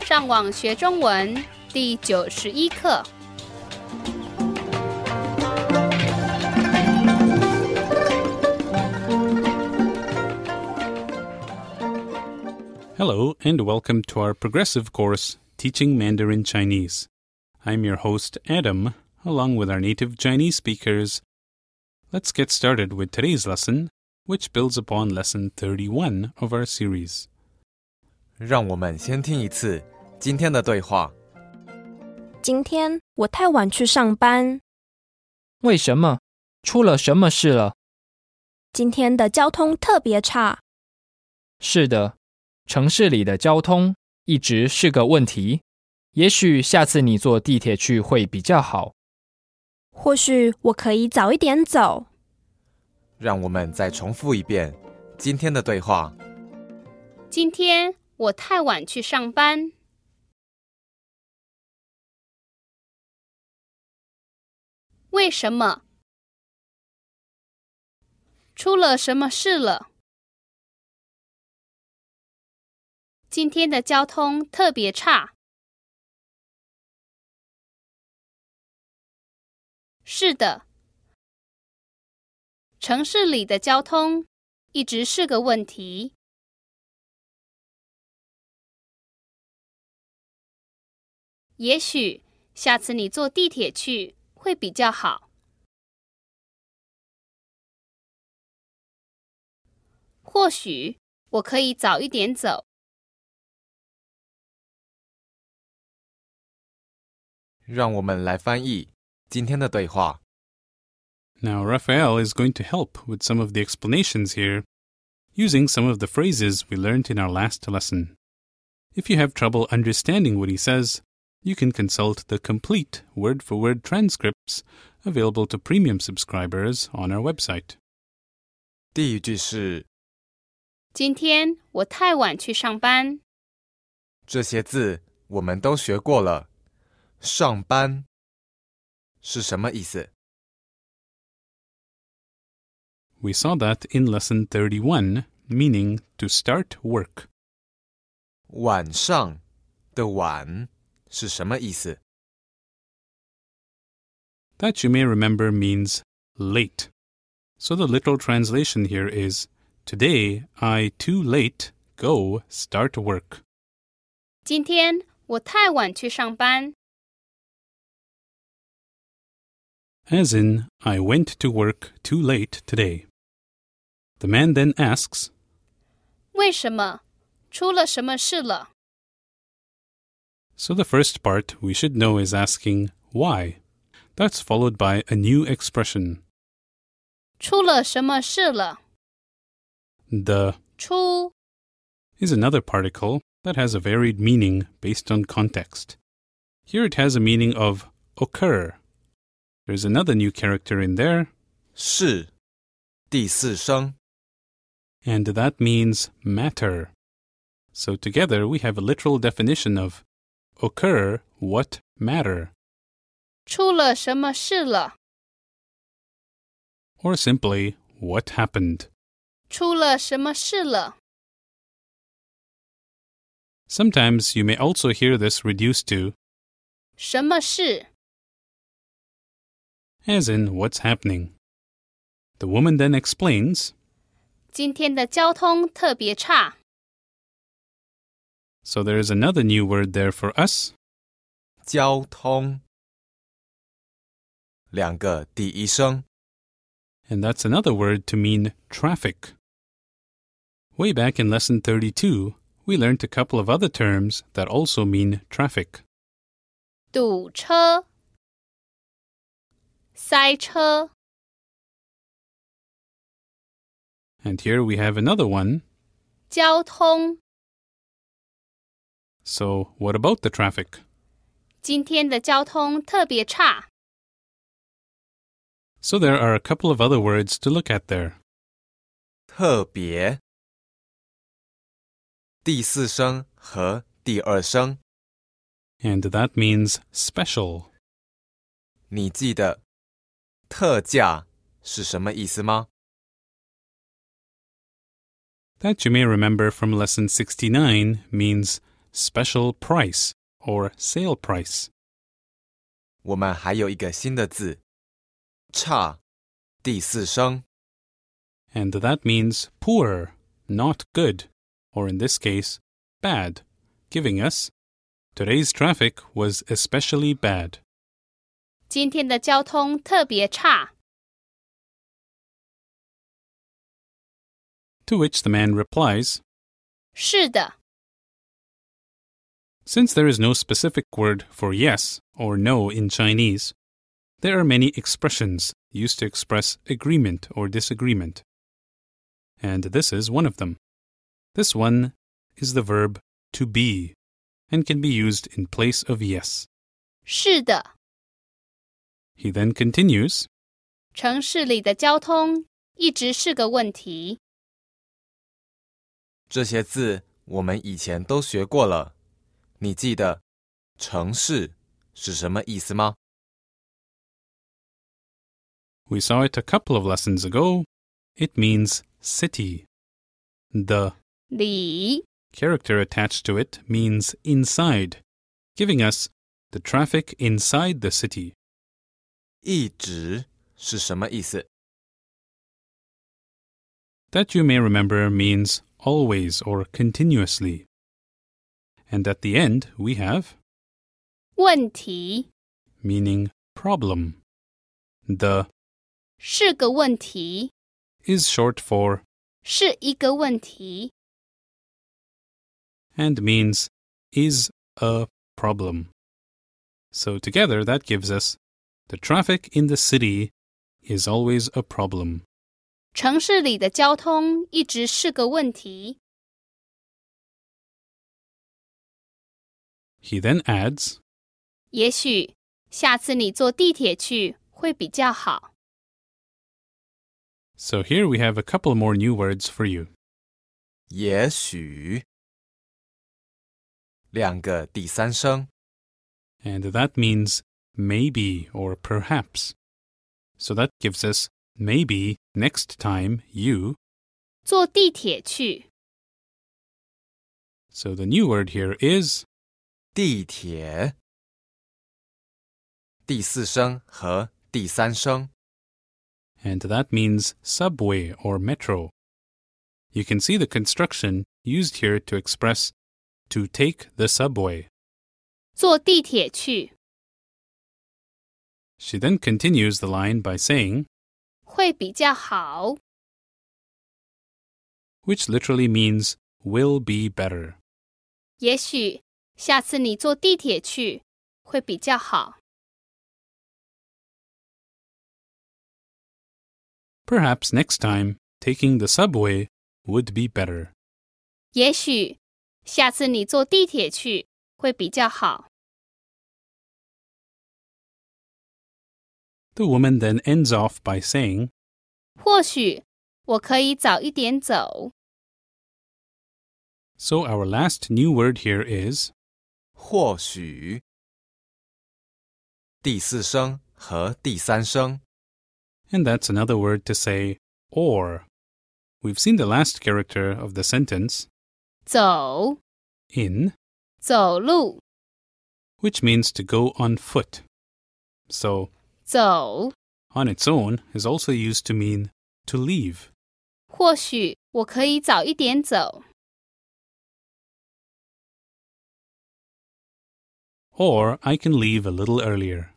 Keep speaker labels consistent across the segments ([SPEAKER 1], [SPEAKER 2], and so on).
[SPEAKER 1] 上网学中文第九十一课。
[SPEAKER 2] Hello, and welcome to our progressive course, Teaching Mandarin Chinese. I'm your host, Adam, along with our native Chinese speakers. Let's get started with today's lesson, which builds upon lesson 31 of our series.
[SPEAKER 3] 让我们先听一次今天的对话。
[SPEAKER 4] 今天我太晚去上班，
[SPEAKER 5] 为什么？出了什么事了？
[SPEAKER 4] 今天的交通特别差。
[SPEAKER 5] 是的，城市里的交通一直是个问题。也许下次你坐地铁去会比较好。
[SPEAKER 4] 或许我可以早一点走。
[SPEAKER 3] 让我们再重复一遍今天的对话。
[SPEAKER 1] 今天我太晚去上班，为什么？出了什么事了？今天的交通特别差。是的，城市里的交通一直是个问题。也许下次你坐地铁去会比较好。或许我可以早一点走。
[SPEAKER 3] 让我们来翻译今天的对话。
[SPEAKER 2] Now, Raphael is going to help with some of the explanations here, using some of the phrases we learned in our last lesson. If you have trouble understanding what he says, you can consult the complete word for word transcripts available to premium subscribers on our website.
[SPEAKER 3] 第一句是
[SPEAKER 1] 今天我太晚去上班，
[SPEAKER 3] 这些字我们都学过了，上班是什么意思？
[SPEAKER 2] We saw that in lesson 31, meaning to start work.
[SPEAKER 3] 晚上的晚是什么意思？
[SPEAKER 2] That you may remember means late. So the literal translation here is Today I too late go start work.
[SPEAKER 1] 今天我太晚去上班，
[SPEAKER 2] As in, I went to work too late today. The man then asks,
[SPEAKER 1] 为什么？出了什么事了？
[SPEAKER 2] So the first part we should know is asking why. That's followed by a new expression,
[SPEAKER 1] 出了什么事了？
[SPEAKER 2] the
[SPEAKER 1] 出
[SPEAKER 2] is another particle that has a varied meaning based on context. Here it has a meaning of occur. There's another new character in there,
[SPEAKER 3] 是第四声，
[SPEAKER 2] and that means matter. So together we have a literal definition of occur what matter,
[SPEAKER 1] 出了什么事了？
[SPEAKER 2] or simply what happened.
[SPEAKER 1] 出了什么事了？
[SPEAKER 2] Sometimes you may also hear this reduced to
[SPEAKER 1] 什么事？
[SPEAKER 2] as in what's happening. The woman then explains
[SPEAKER 1] 今天的交通特别差，
[SPEAKER 2] So there is another new word there for us.
[SPEAKER 3] 交通两个第一声。
[SPEAKER 2] And that's another word to mean traffic. Way back in lesson 32, we learnt a couple of other terms that also mean traffic.
[SPEAKER 1] 堵车、塞车、
[SPEAKER 2] And here we have another one.
[SPEAKER 1] 交通。
[SPEAKER 2] So, what about the traffic?
[SPEAKER 1] 今天的交通特别差，
[SPEAKER 2] So, there are a couple of other words to look at there.
[SPEAKER 3] 特别。第四声和第二声，
[SPEAKER 2] And that means special.
[SPEAKER 3] 你记得“特价”是什么意思吗？
[SPEAKER 2] That you may remember from lesson 69 means special price or sale price.
[SPEAKER 3] 我们还有一个新的字，差，第四声。
[SPEAKER 2] And that means poor, not good, or in this case, bad, giving us today's traffic was especially bad.
[SPEAKER 1] 今天的交通特别差。
[SPEAKER 2] To which the man replies,
[SPEAKER 1] 是的，
[SPEAKER 2] Since there is no specific word for yes or no in Chinese, there are many expressions used to express agreement or disagreement. And this is one of them. This one is the verb to be and can be used in place of yes.
[SPEAKER 1] 是的，
[SPEAKER 2] He then continues
[SPEAKER 1] 城市里的交通一直是个问题。
[SPEAKER 3] 这些字我们以前都学过了，你记得“城市”是什么意思吗？
[SPEAKER 2] We saw it a couple of lessons ago. It means city. The
[SPEAKER 1] 里
[SPEAKER 2] character attached to it means inside, giving us the traffic inside the city.
[SPEAKER 3] 一直是什么意思？
[SPEAKER 2] That you may remember means always or continuously. And at the end, we have
[SPEAKER 1] 问题
[SPEAKER 2] meaning problem. The
[SPEAKER 1] 是个问题，
[SPEAKER 2] is short for
[SPEAKER 1] 是一个问题。
[SPEAKER 2] and means is a problem. So together, that gives us the traffic in the city is always a problem.
[SPEAKER 1] 城市里的交通一直是个问题。
[SPEAKER 2] He then adds,
[SPEAKER 1] 也许下次你坐地铁去会比较好。
[SPEAKER 2] So here we have a couple more new words for you.
[SPEAKER 3] 也许，两个第三声。
[SPEAKER 2] and that means maybe or perhaps. So that gives us maybe next time you.
[SPEAKER 1] 坐地铁去
[SPEAKER 2] So the new word here is
[SPEAKER 3] 地铁，第四声和第三声。
[SPEAKER 2] and that means subway or metro. You can see the construction used here to express to take the subway.
[SPEAKER 1] 坐地铁去
[SPEAKER 2] She then continues the line by saying,
[SPEAKER 1] 会比较好。
[SPEAKER 2] which literally means will be better.
[SPEAKER 1] 也许下次你坐地铁去会比较好。
[SPEAKER 2] Perhaps next time taking the subway would be better.
[SPEAKER 1] 也许下次你坐地铁去会比较好。
[SPEAKER 2] The woman then ends off by saying,
[SPEAKER 1] 或许我可以早一点走。
[SPEAKER 2] So our last new word here is
[SPEAKER 3] 或许，第四声和第三声。
[SPEAKER 2] and that's another word to say or. We've seen the last character of the sentence
[SPEAKER 1] 走，
[SPEAKER 2] in,
[SPEAKER 1] 走路，
[SPEAKER 2] which means to go on foot. So,
[SPEAKER 1] 走。
[SPEAKER 2] on its own is also used to mean to leave.
[SPEAKER 1] 或许我可以早一点走。
[SPEAKER 2] Or I can leave a little earlier.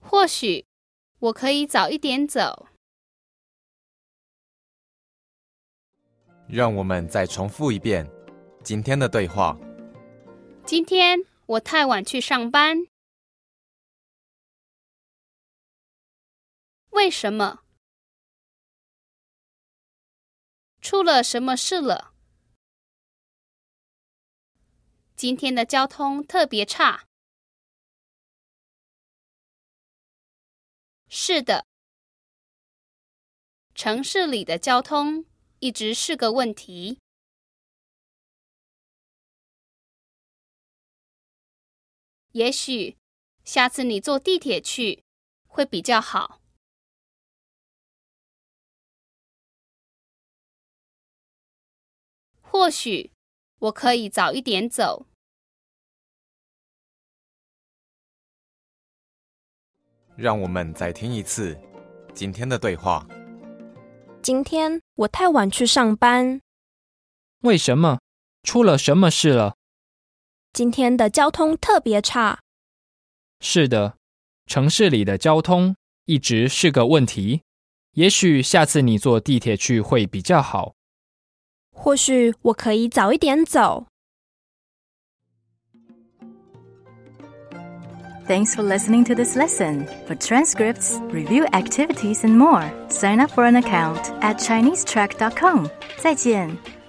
[SPEAKER 1] 或许我可以早一点走。
[SPEAKER 3] 让我们再重复一遍今天的对话。
[SPEAKER 1] 今天我太晚去上班。为什么？出了什么事了？今天的交通特别差。是的，城市里的交通一直是个问题。也许下次你坐地铁去会比较好。或许我可以早一点走。
[SPEAKER 3] 让我们再听一次今天的对话。
[SPEAKER 4] 今天我太晚去上班，
[SPEAKER 5] 为什么？出了什么事了？
[SPEAKER 4] 今天的交通特别差，
[SPEAKER 5] 是的，城市里的交通一直是个问题。也许下次你坐地铁去会比较好。
[SPEAKER 4] 或许我可以早一点走。
[SPEAKER 6] Thanks for listening to this lesson. For transcripts, review activities, and more, sign up for an account at ChineseTrack.com. 再见。